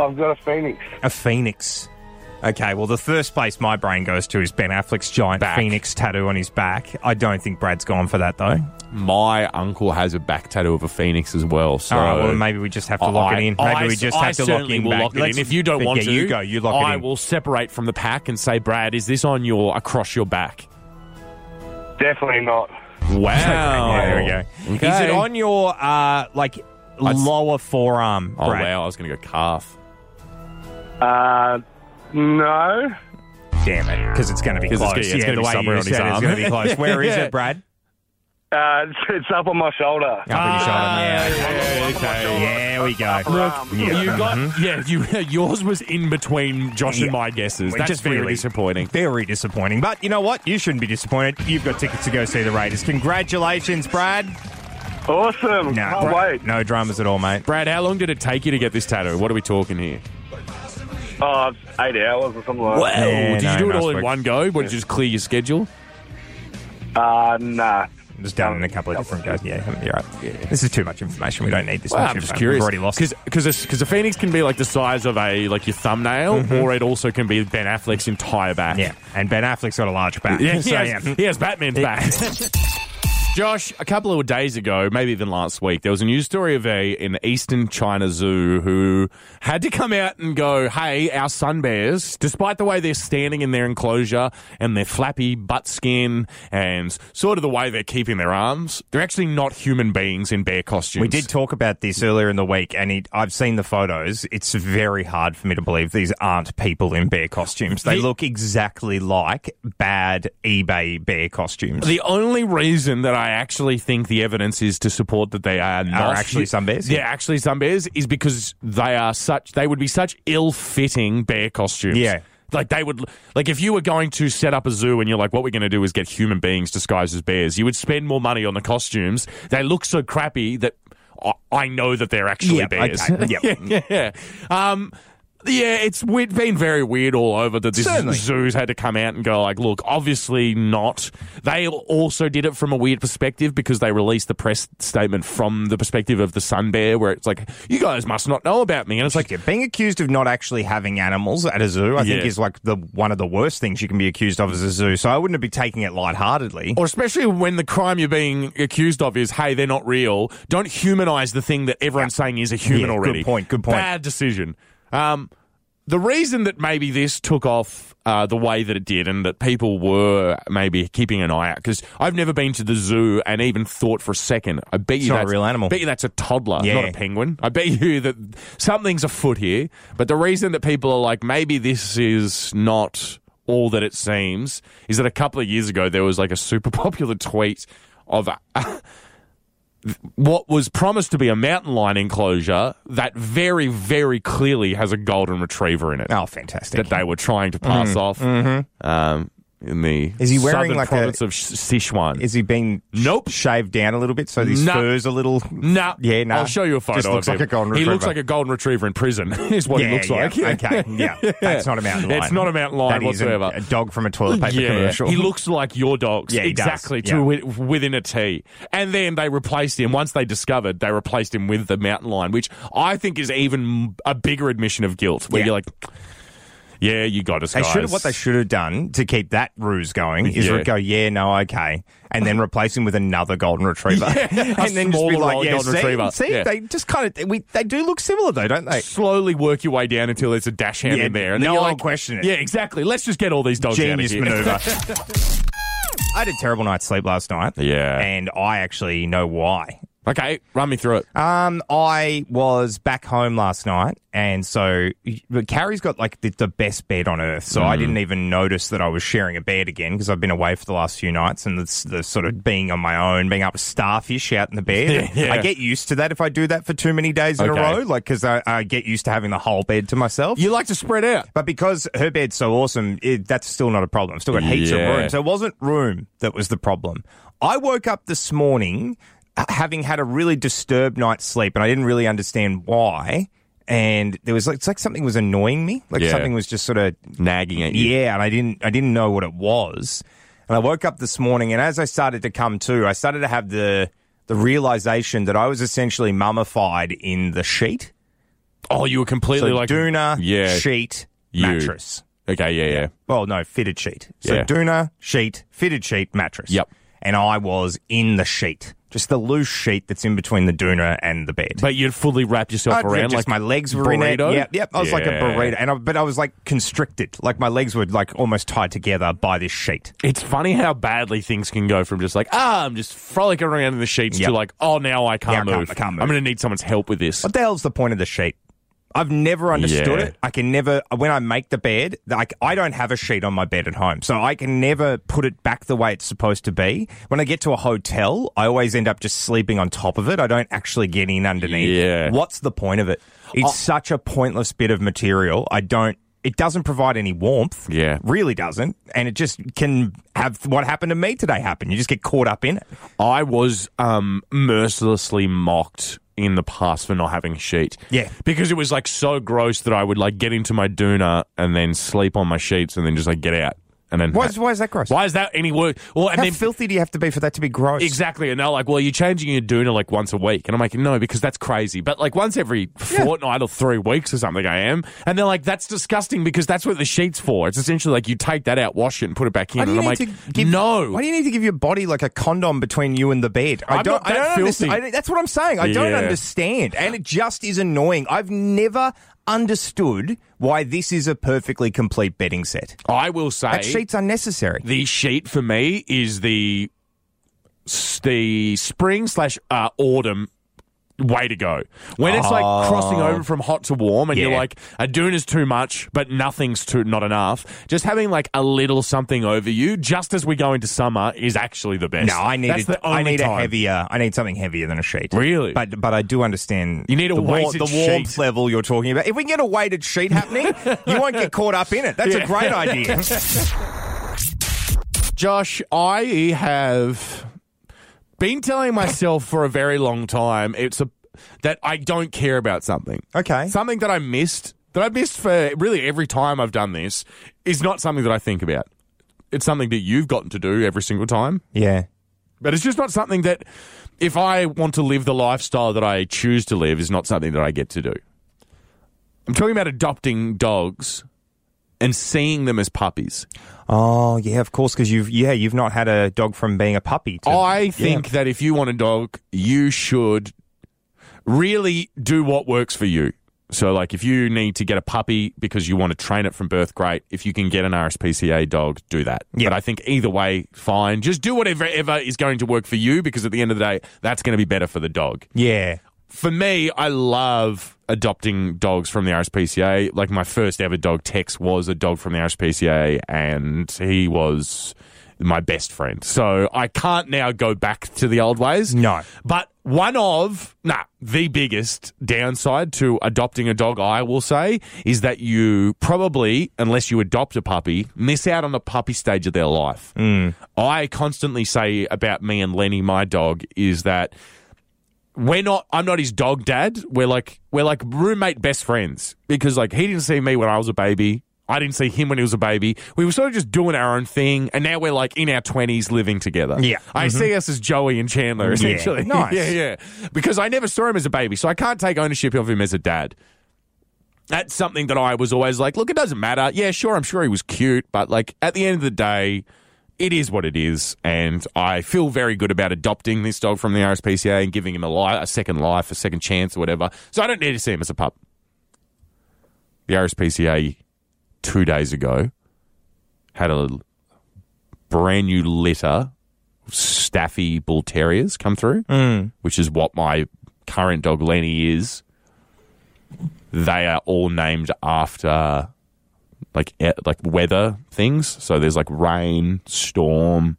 Speaker 5: I've got a phoenix.
Speaker 3: A phoenix. Okay, well, the first place my brain goes to is Ben Affleck's giant
Speaker 4: Back.
Speaker 3: phoenix tattoo on his back. I don't think Brad's gone for that, though.
Speaker 4: My uncle has a back tattoo of a phoenix as well. So
Speaker 3: All right, well, maybe we just have to lock it in. Maybe
Speaker 4: I-
Speaker 3: we just
Speaker 4: I
Speaker 3: have to lock
Speaker 4: certainly
Speaker 3: in
Speaker 4: will
Speaker 3: back.
Speaker 4: lock it
Speaker 3: Let's-
Speaker 4: in. If you don't
Speaker 3: but
Speaker 4: want
Speaker 3: yeah,
Speaker 4: to,
Speaker 3: you go. You lock
Speaker 4: I
Speaker 3: it in.
Speaker 4: will separate from the pack and say, Brad, is this on your across your back?
Speaker 5: Definitely not.
Speaker 4: Wow.
Speaker 3: Yeah, there we go. Is it on your, uh, like, lower forearm,
Speaker 4: Oh
Speaker 3: Brad?
Speaker 4: wow, I was going to go calf.
Speaker 5: Uh, no.
Speaker 3: Damn it. Because it's going to be
Speaker 4: 'Cause
Speaker 3: close.
Speaker 4: it's gonna- it's
Speaker 3: yeah,
Speaker 4: gonna
Speaker 3: the
Speaker 4: be
Speaker 3: way
Speaker 4: somewhere
Speaker 3: you
Speaker 4: on his
Speaker 3: said it's
Speaker 4: arm.
Speaker 3: going to be close. Where is
Speaker 4: Yeah.
Speaker 3: it, Brad?
Speaker 5: Uh, it's, it's up on my shoulder.
Speaker 3: Up in your
Speaker 4: Uh,
Speaker 3: shoulder. Yeah,
Speaker 4: yeah, okay. Um,
Speaker 3: There we go.
Speaker 4: You got yeah. Mm-hmm. You yours was in between Josh
Speaker 3: Yeah.
Speaker 4: and my guesses.
Speaker 3: Well,
Speaker 4: That's
Speaker 3: just
Speaker 4: very
Speaker 3: really-
Speaker 4: disappointing.
Speaker 3: Very disappointing. But you know what? You shouldn't be disappointed. You've got tickets to go see the Raiders. Congratulations, Brad.
Speaker 5: Awesome.
Speaker 3: No,
Speaker 5: Can't
Speaker 3: Brad-
Speaker 5: wait.
Speaker 3: no dramas at all, mate.
Speaker 4: Brad, how long did it take you to get this tattoo? What are we talking here?
Speaker 5: Oh, it's eight hours or something like
Speaker 4: Wow.
Speaker 3: Yeah,
Speaker 4: did
Speaker 3: no,
Speaker 4: you do it
Speaker 3: nice
Speaker 4: all in
Speaker 3: work.
Speaker 4: one go? Or did you just clear your schedule?
Speaker 5: that. Uh, nah.
Speaker 3: Just done in a couple of different goes. Yeah, you're right. This is too much information. We don't need this
Speaker 4: Well,
Speaker 3: much
Speaker 4: I'm just
Speaker 3: info.
Speaker 4: curious.
Speaker 3: We've already lost it.
Speaker 4: Because a, phoenix can be like the size of a like your thumbnail, or it also can be Ben Affleck's entire back.
Speaker 3: Yeah, and Ben Affleck's got a large back.
Speaker 4: Yeah, he,
Speaker 3: So,
Speaker 4: has,
Speaker 3: yeah.
Speaker 4: he has Batman's back. Josh, a couple of days ago, maybe even last week, there was a news story of a an eastern China zoo who had to come out and go, "Hey, our sun bears, despite the way they're standing in their enclosure and their flappy butt skin and sort of the way they're keeping their arms, they're actually not human beings in bear costumes."
Speaker 3: We did talk about this earlier in the week, and it, I've seen the photos. It's very hard for me to believe these aren't people in bear costumes. They
Speaker 4: The-
Speaker 3: look exactly like bad eBay bear costumes.
Speaker 4: The only reason that I actually think the evidence is to support that they are not
Speaker 3: actually sun bears?
Speaker 4: they're actually sun bears, is because they are such they would be such ill-fitting bear costumes.
Speaker 3: Yeah.
Speaker 4: Like they would, like if you were going to set up a zoo and you're like, what we're going to do is get human beings disguised as bears, you would spend more money on the costumes. They look so crappy that I- I know that they're actually
Speaker 3: Yeah,
Speaker 4: bears.
Speaker 3: okay, yeah.
Speaker 4: yeah. Um, Yeah, it's weird, been very weird all over that this
Speaker 3: Certainly.
Speaker 4: zoos had to come out and go like, look, obviously not. They also did it from a weird perspective because they released the press statement from the perspective of the sun bear, where it's like, you guys must not know about me, and it's like,
Speaker 3: Yeah, being accused of not actually having animals at a zoo, I think,
Speaker 4: Yeah.
Speaker 3: is like the one of the worst things you can be accused of as a zoo. So I wouldn't be taking it lightheartedly.
Speaker 4: or especially when the crime you're being accused of is, hey, they're not real. Don't humanize the thing that everyone's saying is a human
Speaker 3: Yeah, good
Speaker 4: already.
Speaker 3: point, good point.
Speaker 4: Bad decision. Um, the reason that maybe this took off uh, the way that it did and that people were maybe keeping an eye out, because I've never been to the zoo and even thought for a second, I bet you
Speaker 3: not a
Speaker 4: that's
Speaker 3: real animal.
Speaker 4: bet you that's a toddler,
Speaker 3: Yeah.
Speaker 4: not a penguin. I bet you that something's afoot here. But the reason that people are like, maybe this is not all that it seems, is that a couple of years ago there was like a super popular tweet of uh, what was promised to be a mountain lion enclosure that very, very clearly has a golden retriever in it
Speaker 3: oh, fantastic.
Speaker 4: that they were trying to pass off. Um, in the
Speaker 3: Is he wearing
Speaker 4: southern
Speaker 3: like a-
Speaker 4: province of Sh- Sichuan.
Speaker 3: Is he being
Speaker 4: Nope.
Speaker 3: shaved down a little bit so his
Speaker 4: Nah.
Speaker 3: fur's a little?
Speaker 4: Nah.
Speaker 3: Yeah, nah.
Speaker 4: I'll show you a photo.
Speaker 3: Just looks
Speaker 4: of
Speaker 3: like
Speaker 4: him.
Speaker 3: a golden
Speaker 4: He
Speaker 3: retriever.
Speaker 4: looks like a golden retriever in prison. Is what
Speaker 3: yeah,
Speaker 4: he looks
Speaker 3: yeah.
Speaker 4: like.
Speaker 3: Okay, yeah, that's not a mountain lion.
Speaker 4: It's not a mountain lion
Speaker 3: That is an-
Speaker 4: whatsoever.
Speaker 3: a dog from a toilet paper
Speaker 4: Yeah,
Speaker 3: commercial.
Speaker 4: he looks like your dogs.
Speaker 3: Yeah, he does.
Speaker 4: exactly.
Speaker 3: Yeah.
Speaker 4: To wi- within a T. And then they replaced him. Once they discovered, they replaced him with the mountain lion, which I think is even a bigger admission of guilt. Where
Speaker 3: Yeah.
Speaker 4: you're like, yeah, you got us.
Speaker 3: They
Speaker 4: guys.
Speaker 3: should have, what they should have done to keep that ruse going is
Speaker 4: Yeah.
Speaker 3: go, yeah, no, okay, and then replace him with another golden retriever,
Speaker 4: a
Speaker 3: and then just be
Speaker 4: smaller
Speaker 3: like, yeah,
Speaker 4: golden
Speaker 3: see,
Speaker 4: retriever.
Speaker 3: see,
Speaker 4: Yeah.
Speaker 3: they just kind of we they do look similar though, don't they?
Speaker 4: slowly work your way down until there's a dash hand
Speaker 3: Yeah,
Speaker 4: in there. And
Speaker 3: no
Speaker 4: then you're
Speaker 3: one
Speaker 4: like,
Speaker 3: question it.
Speaker 4: Yeah, exactly. Let's just Oh, get all these dogs
Speaker 3: Genius
Speaker 4: out of here.
Speaker 3: maneuver. I had a terrible night's sleep last night.
Speaker 4: Yeah.
Speaker 3: and I actually know why.
Speaker 4: okay, run me through it.
Speaker 3: Um, I was back home last night, and so but Carrie's got like the, the best bed on earth. So I
Speaker 4: Mm.
Speaker 3: didn't even notice that I was sharing a bed again because I've been away for the last few nights, and it's the sort of being on my own, being up a starfish out in the bed.
Speaker 4: Yeah.
Speaker 3: I get used to that if I do that for too many days in
Speaker 4: Okay.
Speaker 3: a row, like because I, I get used to having the whole bed to myself.
Speaker 4: you like to spread out.
Speaker 3: But because her bed's so awesome, it, that's still not a problem. I've still got heaps
Speaker 4: Yeah.
Speaker 3: of room. So it wasn't room that was the problem. I woke up this morning uh, having had a really disturbed night's sleep, and I didn't really understand why. And there was like, it's like something was annoying me. Like
Speaker 4: Yeah.
Speaker 3: something was just sort of
Speaker 4: Nagging at you.
Speaker 3: yeah, and I didn't I didn't know what it was. And I woke up this morning and as I started to come to, I started to have the the realization that I was essentially mummified in the sheet.
Speaker 4: Oh, you were completely
Speaker 3: So
Speaker 4: like
Speaker 3: Duna,
Speaker 4: Yeah.
Speaker 3: sheet,
Speaker 4: you.
Speaker 3: mattress.
Speaker 4: Okay, yeah, yeah.
Speaker 3: Well, no, fitted sheet. So
Speaker 4: Yeah.
Speaker 3: Duna, sheet, fitted sheet, mattress.
Speaker 4: Yep.
Speaker 3: And I was in the sheet, just the loose sheet that's in between the Duna and the bed.
Speaker 4: But you'd fully wrap yourself
Speaker 3: I'd-
Speaker 4: around
Speaker 3: just
Speaker 4: like
Speaker 3: my legs were in
Speaker 4: burrito?
Speaker 3: it. Yep, yep. I was like a
Speaker 4: Yeah.
Speaker 3: burrito, and I, but I was like constricted. Like my legs were like almost tied together by this sheet.
Speaker 4: It's funny how badly things can go from just like, ah, I'm just frolicking around in the sheets
Speaker 3: Yep.
Speaker 4: to like, oh, now I can't,
Speaker 3: Yeah, I can't-
Speaker 4: move.
Speaker 3: I can't move.
Speaker 4: I'm going to need someone's help with this.
Speaker 3: What the hell's the point of the sheet? I've never understood
Speaker 4: Yeah.
Speaker 3: it. I can never, when I make the bed, like I don't have a sheet on my bed at home, so I can never put it back the way it's supposed to be. When I get to a hotel, I always end up just sleeping on top of it. I don't actually get in underneath.
Speaker 4: Yeah.
Speaker 3: What's the point of it? It's such a pointless bit of material. I don't. It doesn't provide any warmth.
Speaker 4: Yeah.
Speaker 3: Really doesn't. And it just can have what happened to me today happen. You just get caught up in it.
Speaker 4: I was um, mercilessly mocked in the past for not having a sheet.
Speaker 3: Yeah.
Speaker 4: Because it was like so gross that I would like get into my doona and then sleep on my sheets and then just like get out. And then
Speaker 3: Why is, why is that gross?
Speaker 4: Why is that any work? Well, and
Speaker 3: How
Speaker 4: then
Speaker 3: filthy do you have to be for that to be gross?
Speaker 4: exactly, and they're like, "Well, you're changing your doona like once a week," and I'm like, "No, because that's crazy." But like once every fortnight or three weeks or something, I am, and they're like, "That's disgusting," because that's what the sheets for. It's essentially like you take that out, wash it, and put it back in.
Speaker 3: Why do
Speaker 4: And
Speaker 3: you
Speaker 4: I'm
Speaker 3: need
Speaker 4: like,
Speaker 3: to give,
Speaker 4: "No."
Speaker 3: Why do you need to give your body like a condom between you and the bed? I
Speaker 4: I'm
Speaker 3: don't.
Speaker 4: not that
Speaker 3: I don't
Speaker 4: filthy.
Speaker 3: understand. that's what I'm saying. I don't
Speaker 4: Yeah.
Speaker 3: understand, and it just is annoying. I've never understood why this is a perfectly complete bedding set.
Speaker 4: I will say
Speaker 3: That sheet's unnecessary.
Speaker 4: The sheet for me is the the spring slash uh, autumn way to go. When it's like crossing over from hot to warm, and
Speaker 3: Oh. Yeah.
Speaker 4: you're like a dune is too much, but nothing's too not enough. Just having like a little something over you, just as we go into summer, is actually the best.
Speaker 3: No, I need.
Speaker 4: That's
Speaker 3: a-
Speaker 4: the only
Speaker 3: I need
Speaker 4: time.
Speaker 3: a heavier. I need something heavier than a sheet.
Speaker 4: Really?
Speaker 3: But but I do understand.
Speaker 4: You need a
Speaker 3: the, war-
Speaker 4: weighted
Speaker 3: the warmth
Speaker 4: sheet.
Speaker 3: level you're talking about. If we can get a weighted sheet happening, you won't get caught up in it. That's
Speaker 4: Yeah.
Speaker 3: a great idea.
Speaker 4: Josh, I have been telling myself for a very long time it's a that I don't care about something.
Speaker 3: Okay.
Speaker 4: Something that I missed. that I've missed for really every time I've done this is not something that I think about. It's something that you've gotten to do every single time.
Speaker 3: Yeah.
Speaker 4: But it's just not something that, if I want to live the lifestyle that I choose to live, is not something that I get to do. I'm talking about adopting dogs and seeing them as puppies.
Speaker 3: Oh, yeah, of course, because you've yeah you've not had a dog from being a puppy. To,
Speaker 4: Oh, I think that if you want a dog, you should really do what works for you. So, like, if you need to get a puppy because you want to train it from birth, great. If you can get an RSPCA dog, do that.
Speaker 3: Yeah.
Speaker 4: But I think either way, fine. Just do whatever ever is going to work for you because at the end of the day, that's going to be better for the dog
Speaker 3: yeah.
Speaker 4: for me, I love adopting dogs from the RSPCA. Like my first ever dog, Tex, was a dog from the RSPCA, and he was my best friend. So I can't now go back to the old ways.
Speaker 3: No.
Speaker 4: But one of, nah, the biggest downside to adopting a dog, I will say, is that you probably, unless you adopt a puppy, miss out on the puppy stage of their life. I constantly say about me and Lenny, my dog, is that we're not I'm not his dog dad. We're like we're like roommate best friends because like he didn't see me when I was a baby. I didn't see him when he was a baby. We were sort of just doing our own thing, and now we're like in our twenties living together.
Speaker 3: Yeah.
Speaker 4: I see us as Joey and Chandler essentially.
Speaker 3: Nice.
Speaker 4: yeah, yeah. Because I never saw him as a baby, so I can't take ownership of him as a dad. That's something that I was always like, look, it doesn't matter. Yeah, sure, I'm sure he was cute, but like at the end of the day, it is what it is, and I feel very good about adopting this dog from the RSPCA and giving him a, li- a second life, a second chance, or whatever. So I don't need to see him as a pup. The RSPCA two days ago had a brand new litter of staffy bull terriers come through, which is what my current dog Lenny is. They are all named after like e- like weather things. So there's like rain, storm.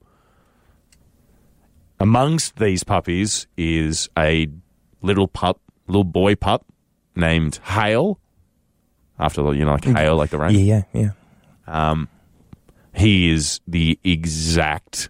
Speaker 4: Amongst these puppies is a little pup, little boy pup named Hale, after you know like hail like the rain.
Speaker 3: Yeah, yeah, yeah.
Speaker 4: He is the exact,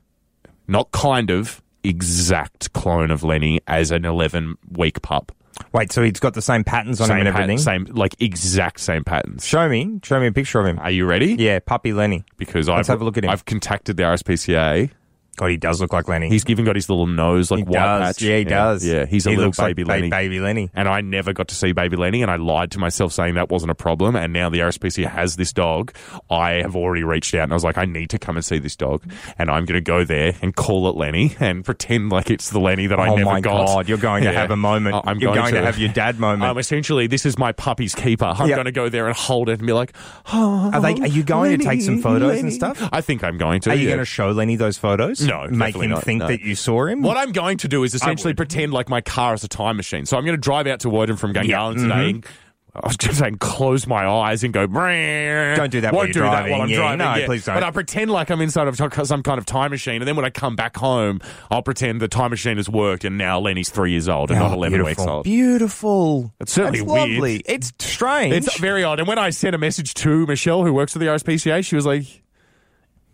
Speaker 4: not kind of exact clone of Lenny as an 11 week pup.
Speaker 3: Wait, so he's got the same patterns on him
Speaker 4: Same
Speaker 3: and
Speaker 4: pat-
Speaker 3: everything.
Speaker 4: same like exact same patterns.
Speaker 3: Show me, show me a picture of him.
Speaker 4: Are you ready?
Speaker 3: Yeah, puppy Lenny.
Speaker 4: Because
Speaker 3: Let's
Speaker 4: I've
Speaker 3: have a look at him.
Speaker 4: I've contacted the RSPCA.
Speaker 3: God, he does look like Lenny.
Speaker 4: He's even got his little nose like
Speaker 3: he
Speaker 4: white
Speaker 3: does.
Speaker 4: patch.
Speaker 3: Yeah, he does.
Speaker 4: Yeah, he's a
Speaker 3: He
Speaker 4: little
Speaker 3: looks like
Speaker 4: baby
Speaker 3: ba-
Speaker 4: Lenny.
Speaker 3: Baby Lenny.
Speaker 4: and I never got to see baby Lenny, and I lied to myself saying that wasn't a problem. And now the RSPCA has this dog. I have already reached out and I was like, I need to come and see this dog, and I'm going to go there and call it Lenny and pretend like it's the Lenny that I
Speaker 3: oh
Speaker 4: never
Speaker 3: my
Speaker 4: got.
Speaker 3: God, you're going to
Speaker 4: Yeah.
Speaker 3: have a moment.
Speaker 4: I- I'm
Speaker 3: you're going, to. have your dad moment.
Speaker 4: Um, essentially, this is my puppy's keeper. I'm
Speaker 3: Yep.
Speaker 4: going to go there and hold it and be like, oh,
Speaker 3: Are they- are you going to take some
Speaker 4: Lenny,
Speaker 3: photos and
Speaker 4: Lenny."
Speaker 3: stuff?
Speaker 4: I think I'm going to.
Speaker 3: Are you
Speaker 4: yeah.
Speaker 3: going to show Lenny those photos?
Speaker 4: No,
Speaker 3: Make
Speaker 4: definitely
Speaker 3: him
Speaker 4: not,
Speaker 3: think
Speaker 4: no.
Speaker 3: that you saw him.
Speaker 4: What I'm going to do is essentially
Speaker 3: would.
Speaker 4: pretend like my car is a time machine. So I'm going to drive out to Woden from Gungahlin
Speaker 3: Mm-hmm.
Speaker 4: today. and- I was just saying, close my eyes and go. Don't
Speaker 3: do that while
Speaker 4: Won't
Speaker 3: you're
Speaker 4: do that
Speaker 3: driving.
Speaker 4: while I'm
Speaker 3: Yeah,
Speaker 4: driving.
Speaker 3: no,
Speaker 4: yeah.
Speaker 3: please don't.
Speaker 4: But I pretend like I'm inside of t- some kind of time machine, and then when I come back home, I'll pretend the time machine has worked, and now Lenny's three years old and
Speaker 3: Oh,
Speaker 4: not eleven
Speaker 3: beautiful.
Speaker 4: weeks old.
Speaker 3: Beautiful.
Speaker 4: It's certainly
Speaker 3: That's
Speaker 4: weird.
Speaker 3: lovely. It's strange.
Speaker 4: It's very odd. And when I sent a message to Michelle, who works for the RSPCA, she was like,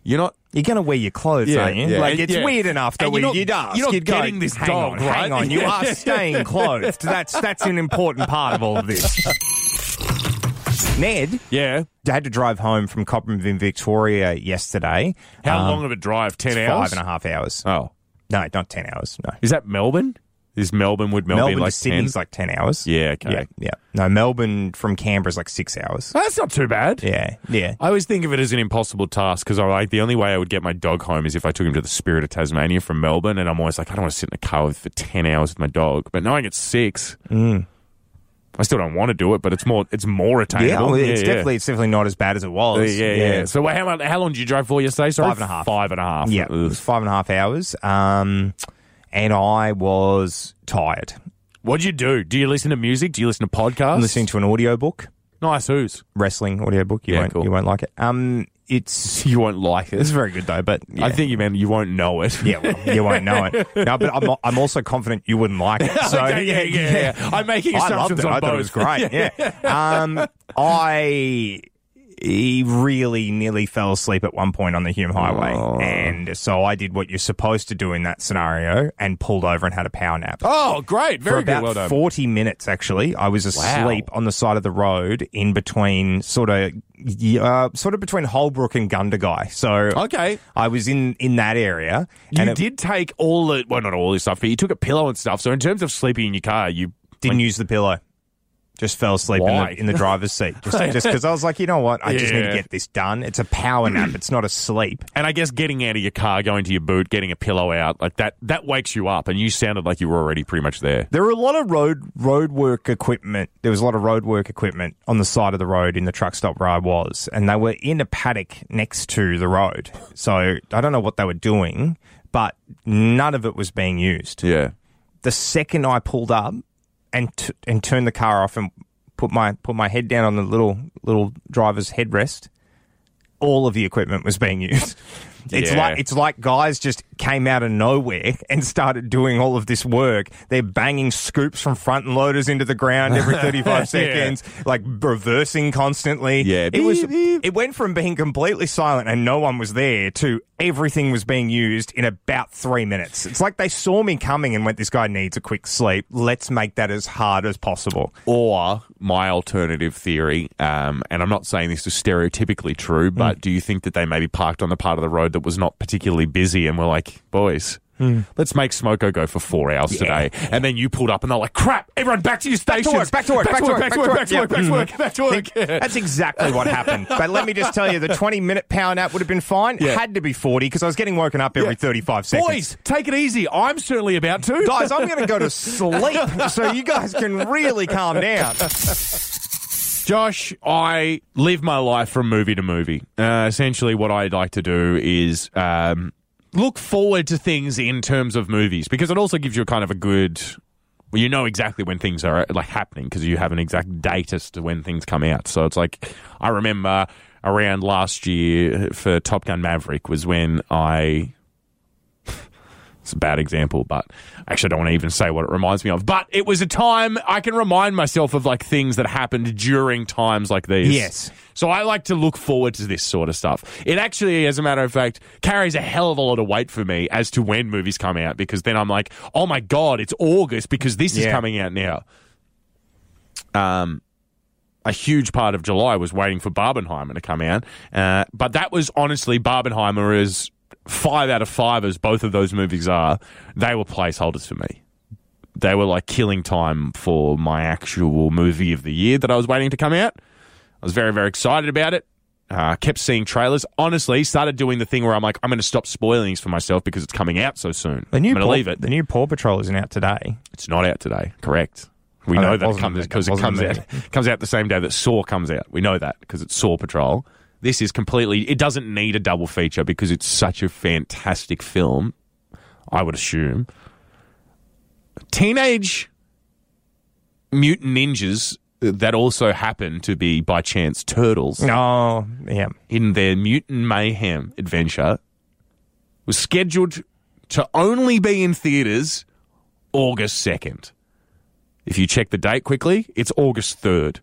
Speaker 4: "You're not
Speaker 3: You're going to wear your clothes,
Speaker 4: Yeah,
Speaker 3: aren't you?
Speaker 4: yeah.
Speaker 3: like, it's
Speaker 4: Yeah.
Speaker 3: weird enough that
Speaker 4: And
Speaker 3: we,
Speaker 4: you're not-
Speaker 3: you'd ask.
Speaker 4: you're not
Speaker 3: you'd go,
Speaker 4: getting this
Speaker 3: hang
Speaker 4: dog,
Speaker 3: on,
Speaker 4: right?
Speaker 3: Hang on, you
Speaker 4: Yeah.
Speaker 3: are staying clothed. That's, that's an important part of all of this. Ned
Speaker 4: yeah."
Speaker 3: had to drive home from Cobram in Victoria yesterday.
Speaker 4: How
Speaker 3: Um,
Speaker 4: long of a drive? Ten hours?
Speaker 3: Five and a half hours.
Speaker 4: Oh,
Speaker 3: No, not 10 hours. No.
Speaker 4: is that Melbourne? Is Melbourne would Melbourne,
Speaker 3: Melbourne
Speaker 4: be like
Speaker 3: to Sydney's
Speaker 4: 10?
Speaker 3: like 10 hours.
Speaker 4: Yeah, okay.
Speaker 3: Yeah, yeah. No, Melbourne from Canberra's like six hours.
Speaker 4: That's not too bad.
Speaker 3: Yeah, yeah.
Speaker 4: I always think of it as an impossible task because I like the only way I would get my dog home is if I took him to the Spirit of Tasmania from Melbourne, and I'm always like, I don't want to sit in a car with, for ten hours with my dog. But knowing it's six, I still don't want to do it. But it's more, it's more attainable.
Speaker 3: Mm. Yeah, well, it's
Speaker 4: yeah.
Speaker 3: definitely it's definitely not as bad as it
Speaker 4: Yeah,
Speaker 3: was.
Speaker 4: yeah, yeah. So wait, how, mu- how long did you drive for yesterday? Sorry,
Speaker 3: Five and a half.
Speaker 4: Five and a half.
Speaker 3: Yeah, it
Speaker 4: Ugh.
Speaker 3: was five and a half hours. Um, and I was tired.
Speaker 4: What do you do? Do you listen to music? Do you listen to podcasts?
Speaker 3: I'm listening to an audiobook,
Speaker 4: nice who's.
Speaker 3: wrestling audiobook. You
Speaker 4: Yeah,
Speaker 3: won't
Speaker 4: cool.
Speaker 3: you won't like it. Um, it's
Speaker 4: You won't like it.
Speaker 3: it's very good though, but yeah.
Speaker 4: I think you meant you won't know it.
Speaker 3: yeah, well, you won't know it. No, but I'm I'm also confident you wouldn't like it. So
Speaker 4: Okay, yeah, yeah, yeah. I'm making
Speaker 3: I
Speaker 4: assumptions
Speaker 3: loved it.
Speaker 4: on
Speaker 3: I thought
Speaker 4: both.
Speaker 3: it was great. Yeah. Um, I he really nearly fell asleep at one point on the Hume Highway.
Speaker 4: Oh.
Speaker 3: And so I did what you're supposed to do in that scenario and pulled over and had a power nap.
Speaker 4: Oh, great.
Speaker 3: For
Speaker 4: Very good.
Speaker 3: about
Speaker 4: Well done.
Speaker 3: 40 minutes, actually, I was asleep on the side of the road in between sort of, uh, sort of between Holbrook and Gundagai. So
Speaker 4: Okay.
Speaker 3: I was in, in that area.
Speaker 4: You
Speaker 3: and it
Speaker 4: did take all the, well, not all this stuff, but you took a pillow and stuff. So in terms of sleeping in your car, you
Speaker 3: didn't use the pillow. Just fell asleep in
Speaker 4: Why?
Speaker 3: the, in the driver's seat. Just because I was like, you know what? I just need to
Speaker 4: Yeah.
Speaker 3: get this done. It's a power nap. It's not a sleep.
Speaker 4: And I guess getting out of your car, going to your boot, getting a pillow out, like that, that wakes you up. And you sounded like you were already pretty much there.
Speaker 3: There were a lot of road road work equipment. There was a lot of road work equipment on the side of the road in the truck stop where I was, and they were in a paddock next to the road. So I don't know what they were doing, but none of it was being used.
Speaker 4: Yeah.
Speaker 3: The second I pulled up and t- and turned the car off and put my put my head down on the little little driver's headrest, all of the equipment was being used. It's
Speaker 4: Yeah.
Speaker 3: like it's like guys just came out of nowhere and started doing all of this work. They're banging scoops from front and loaders into the ground every 35 seconds, like reversing constantly.
Speaker 4: Yeah,
Speaker 3: it was
Speaker 4: beep, beep.
Speaker 3: it went from being completely silent and no one was there to everything was being used in about 3 minutes. It's like they saw me coming and went this guy needs a quick sleep. Let's make that as hard as possible.
Speaker 4: Or my alternative theory, um, and I'm not saying this is stereotypically true, but do you think that they maybe parked on the part of the road that was not particularly busy and were like, boys, let's make Smoko go for four hours today? And then you pulled up and they're like, crap, everyone back to your stations.
Speaker 3: Back to work, back to work,
Speaker 4: back to work, Hmm. back to work, back to work,
Speaker 3: yeah.
Speaker 4: back to work, back to work.
Speaker 3: That's exactly what happened. But let me just tell you, the 20 minute power nap would have been fine.
Speaker 4: Yeah.
Speaker 3: Had to be 40 because I was getting woken up every
Speaker 4: Yeah.
Speaker 3: 35 seconds.
Speaker 4: Boys, take it easy. I'm certainly about to.
Speaker 3: Guys, I'm going to go to sleep so you guys can really calm down.
Speaker 4: Josh, I live my life from movie to movie. Uh, essentially, what I like to do is um, look forward to things in terms of movies because it also gives you a kind of a good. Well, you know exactly when things are like happening because you have an exact date as to when things come out. So it's like I remember around last year for Top Gun Maverick was when I it's a bad example, but I actually don't want to even say what it reminds me of. But it was a time I can remind myself of like things that happened during times like these.
Speaker 3: Yes.
Speaker 4: So I like to look forward to this sort of stuff. It actually, as a matter of fact, carries a hell of a lot of weight for me as to when movies come out because then I'm like, oh my God, it's August because this is
Speaker 3: Yeah.
Speaker 4: coming out now. Um, a huge part of July was waiting for Barbenheimer to come out. Uh, but that was honestly, Barbenheimer is five out of five, as both of those movies are. They were placeholders for me. They were like killing time for my actual movie of the year that I was waiting to come out. I was very, very excited about it. Uh, kept seeing trailers. Honestly, started doing the thing where I'm like, I'm going to stop spoiling this for myself because it's coming out so soon.
Speaker 3: The new,
Speaker 4: I'm going to
Speaker 3: Paw,
Speaker 4: leave it.
Speaker 3: the new Paw Patrol isn't out today.
Speaker 4: It's not out today. Correct. We
Speaker 3: Oh,
Speaker 4: know
Speaker 3: that
Speaker 4: that it
Speaker 3: wasn't-
Speaker 4: comes
Speaker 3: that
Speaker 4: because it
Speaker 3: wasn't
Speaker 4: comes
Speaker 3: me.
Speaker 4: out comes out the same day that Saw comes out. We know that because it's Saw Patrol. This is completely. It doesn't need a double feature because it's such a fantastic film. I would assume. Teenage mutant ninjas uh, that also happen to be by chance turtles Oh,
Speaker 3: No, yeah.
Speaker 4: in their mutant mayhem adventure was scheduled to only be in theaters August 2nd. If you check the date quickly, it's August 3rd.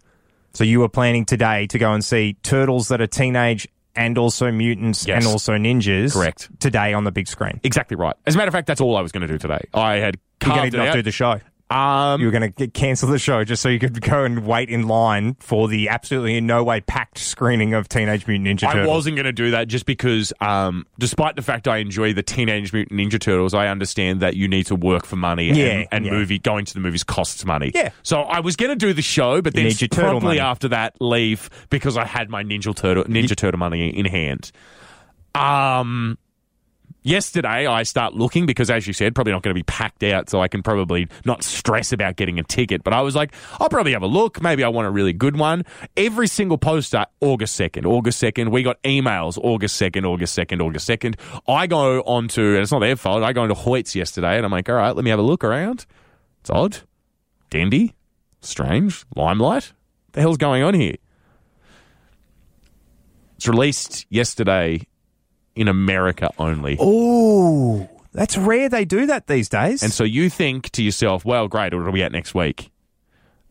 Speaker 3: So you were planning today to go and see turtles that are teenage and also mutants
Speaker 4: Yes.
Speaker 3: and also ninjas.
Speaker 4: Correct.
Speaker 3: Today on the big screen.
Speaker 4: Exactly right. As a matter of fact, that's all I was going to do today. I had
Speaker 3: You're
Speaker 4: carved
Speaker 3: going
Speaker 4: it
Speaker 3: to not
Speaker 4: out.
Speaker 3: do the show.
Speaker 4: um,
Speaker 3: you were going to cancel the show just so you could go and wait in line for the absolutely in no way packed screening of Teenage Mutant Ninja
Speaker 4: I
Speaker 3: Turtles.
Speaker 4: wasn't going to do that just because, um, despite the fact I enjoy the Teenage Mutant Ninja Turtles, I understand that you need to work for money
Speaker 3: Yeah,
Speaker 4: and, and
Speaker 3: yeah.
Speaker 4: movie going to the movies costs money.
Speaker 3: Yeah.
Speaker 4: So I was going to do the show, but then
Speaker 3: need your turtle
Speaker 4: promptly
Speaker 3: money.
Speaker 4: after that leave because I had my Ninja Turtle Ninja Turtle money in hand. Um. Yesterday, I start looking because, as you said, probably not going to be packed out, so I can probably not stress about getting a ticket. But I was like, I'll probably have a look. Maybe I want a really good one. Every single poster, August 2nd, August 2nd. We got emails, August 2nd, August 2nd, August 2nd. I go onto, and it's not their fault, I go into Hoyt's yesterday and I'm like, all right, let me have a look around. It's odd, dandy, strange, limelight. The hell's going on here? It's released yesterday in America only.
Speaker 3: Ooh, that's rare they do that these days.
Speaker 4: And so you think to yourself, well, great, it'll be out next week.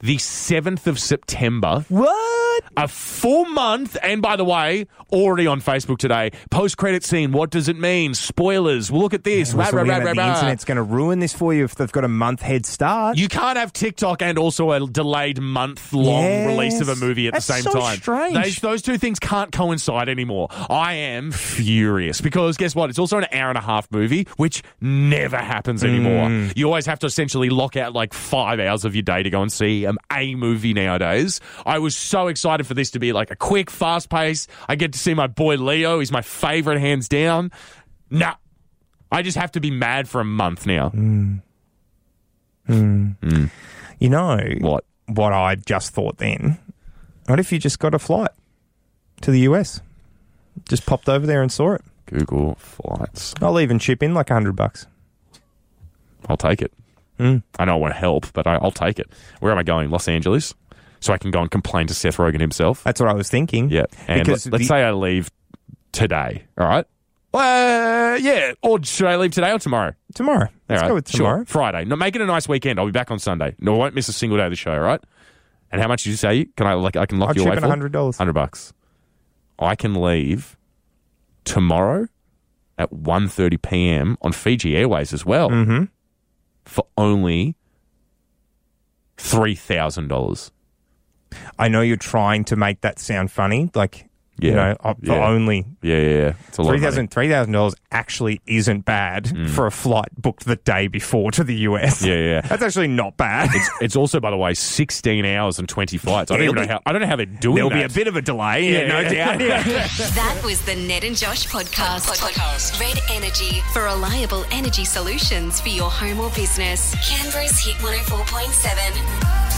Speaker 4: The 7th of September,
Speaker 3: what?
Speaker 4: a full month. And by the way, already on Facebook today, post credit scene. What does it mean? Spoilers. Well, look at this. Rah,
Speaker 3: Also,
Speaker 4: rah,
Speaker 3: we know
Speaker 4: rah,
Speaker 3: that
Speaker 4: rah,
Speaker 3: the
Speaker 4: rah.
Speaker 3: internet's going to ruin this for you if they've got a month head start.
Speaker 4: You can't have TikTok and also a delayed month long
Speaker 3: Yes.
Speaker 4: release of a movie at
Speaker 3: That's
Speaker 4: the same
Speaker 3: so
Speaker 4: time.
Speaker 3: strange.
Speaker 4: Those, those two things can't coincide anymore. I am furious because guess what? It's also an hour and a half movie, which never happens anymore.
Speaker 3: Hmm.
Speaker 4: You always have to essentially lock out like five hours of your day to go and see um, a movie nowadays. I was so excited for this to be like a quick, fast pace. I get to see my boy Leo. He's my favorite, hands down. Nah. I just have to be mad for a month now.
Speaker 3: Hmm. You know
Speaker 4: What?
Speaker 3: what I just thought then. What if you just got a flight to the US? Just popped over there and saw it.
Speaker 4: Google flights.
Speaker 3: I'll even chip in like a hundred bucks.
Speaker 4: I'll take it.
Speaker 3: Mm.
Speaker 4: I know I want to help, but I, I'll take it. Where am I going? Los Angeles, so I can go and complain to Seth Rogen himself.
Speaker 3: That's what I was thinking.
Speaker 4: Yeah, and
Speaker 3: Uh, because
Speaker 4: let, us
Speaker 3: the-
Speaker 4: say I leave today. All right. Uh, yeah. Or should I leave today or tomorrow?
Speaker 3: tomorrow.
Speaker 4: All
Speaker 3: Let's
Speaker 4: right,
Speaker 3: go with tomorrow.
Speaker 4: Sure. Friday. No, make it a nice weekend. I'll be back on Sunday. No, I won't miss a single day of the show. All right. And how much did you say? Can I like I can lock
Speaker 3: I'll
Speaker 4: you away
Speaker 3: chip in
Speaker 4: for
Speaker 3: $100.
Speaker 4: Hundred bucks. I can leave tomorrow at 1.30 p.m. on Fiji Airways as well
Speaker 3: Mm-hmm.
Speaker 4: for only three thousand dollars.
Speaker 3: I know you're trying to make that sound funny, like
Speaker 4: Yeah.
Speaker 3: you know, uh, for
Speaker 4: Yeah.
Speaker 3: only
Speaker 4: Yeah, yeah, yeah. It's a
Speaker 3: three
Speaker 4: lot. of money.
Speaker 3: thousand three thousand dollars actually isn't bad for a flight booked the day before to the US.
Speaker 4: Mm. Yeah, yeah.
Speaker 3: that's actually not bad.
Speaker 4: It's also, by the way, sixteen hours and twenty flights. I don't
Speaker 3: It'll
Speaker 4: even know
Speaker 3: be-
Speaker 4: how. I don't know how they're doing
Speaker 3: There'll be a
Speaker 4: that.
Speaker 3: bit of a delay, yeah, no doubt.
Speaker 2: That was the Ned and Josh podcast. podcast. Red Energy for oh reliable energy solutions for your home or business. Canberra's Hit 104.7.